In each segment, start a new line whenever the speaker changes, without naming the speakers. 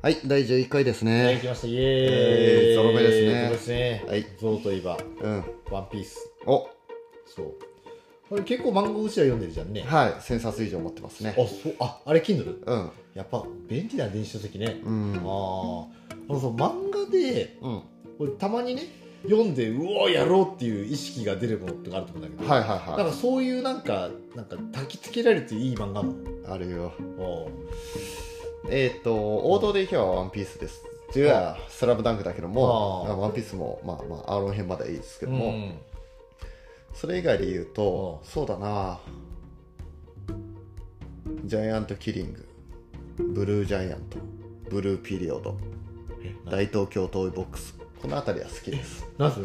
はい、第11回です
はい、行
ね。
きました。イエー
えー
イ。
ゾロ目ですね
ゾロ目ですね。
はい
ゾロといえば、
うん。
ワンピース。
お、
そう。これ結構漫画うちは読んでるじゃんね。
はい、1000冊以上持ってますね
あ、。そう、あ、あれ Kindle。
うん。
やっぱ便利な電子書籍ね。
うん
ああ。あ。のさ、漫画で、
うん。
俺たまにね、読んで、うおーやろうっていう意識が出るものとかあると思うんだけど、
はい
い。
はい
なん
は
かそういうなんか、なんか焚きつけられていい漫画なの。
い。あるよ。
お
えっ、と、王道でいけばワンピースです。次は、スラムダンクだけども、
あー
ワンピースも、まあまあ、アーロン編までいいですけ
う
ども、
ん。
それ以外で言うと、
うん
そうだなジャイアントキリング、ブルージャイアント、ブルーピリオド、大東京トイボックス、この辺りは好きです。
なんす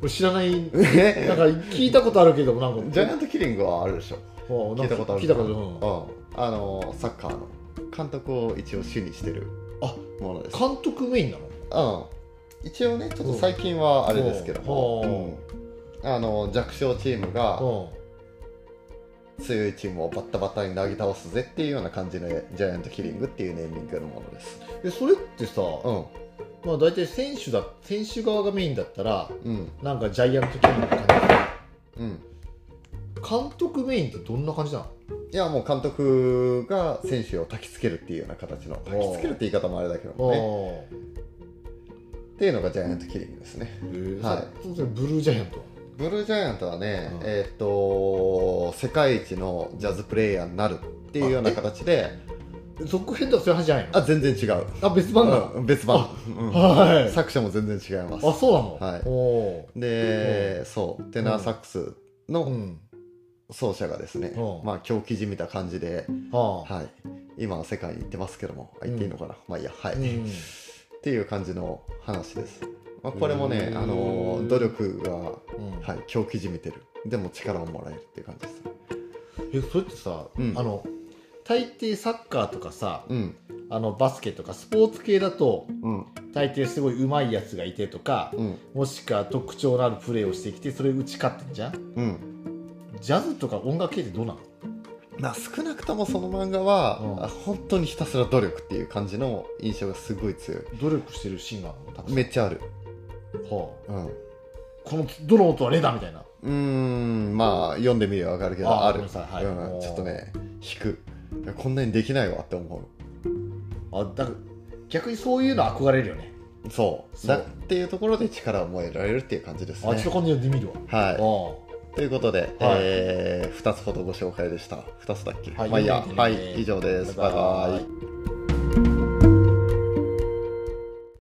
俺知らない。
え
なんか聞いたことあるけども、なんか。
ジャイアントキリングはあるでしょ
お
聞いたことある
聞いたことうん
うん、あのサッカーの監督を一応主にしてる
あ
ものです、
監督メインなの
うん、一応ねちょっと最近はあれですけども、うんあの弱小チームが強いチームをバッタバタに投げ倒すぜっていうような感じのジャイアントキリングっていうネーミングのものです
でそれってさ、
うん
まあ、大体選手だ選手側がメインだったら
うん
なんかジャイアントキリングって感
うん
じ監督メインってどんな感じなの
いやもう監督が選手を焚きつけるっていうような形の焚きつけるって言い方もあれだけどもね
ね
っていうのがジャイアントキリングですねは
はいい、それブルージャイアント
ブルージャイアントはね、
うん
えーっ、と世界一のジャズプレイヤーになるっていうような形で
続編とかそういう話じゃないの
あ全然違う
あ別版なの、
うん別版、
はい
作者も全然違いま
あ
す
そうなの、
はい
お
で、そうテナーサックス
ーう
の
ん
奏者がですね、
うん
まあ狂気じみた感じで、
はあ、
はい、今は世界に行ってますけどもあ行っていいのかな、まあいいやはい、
う
っ
ん、
ていう感じの話です、まあ、これもね
うん
あの努力が
うん
はい、狂気じみてるでも力をもらえるっていう感じです
えそれってさ、
うん
あの大抵サッカーとかさ
うん
あのバスケとかスポーツ系だと
うん
大抵すごい上手いやつがいてとか
うん
もしくは特徴のあるプレーをしてきてそれ打ち勝ってんじゃん
うん
ジャズとか音楽系ってどうなの
まあ、少なくともその漫画は、
うん
あ本当にひたすら努力っていう感じの印象がすごい強い
努力してるシーンがあるのたくさん
めっちゃある
は
うんう
あこのどの音はレだみたいな
ーんまあ読んでみればわかるけど
あ
あ
ー
る
ごめんなさいはい
うん、ちょっとね引くいやこんなにできないわって思
あだから逆にそういうの憧れるよね
うそう
そう
だっていうところで力を燃えられるっていう感じです
あちょ
ね
っと今度読んでみるわ
は
あ
いということで、
はい
え2つほどご紹介でした2つだっけ、
はい
まあいいや
読んでみてね
はい以上ですバイバイ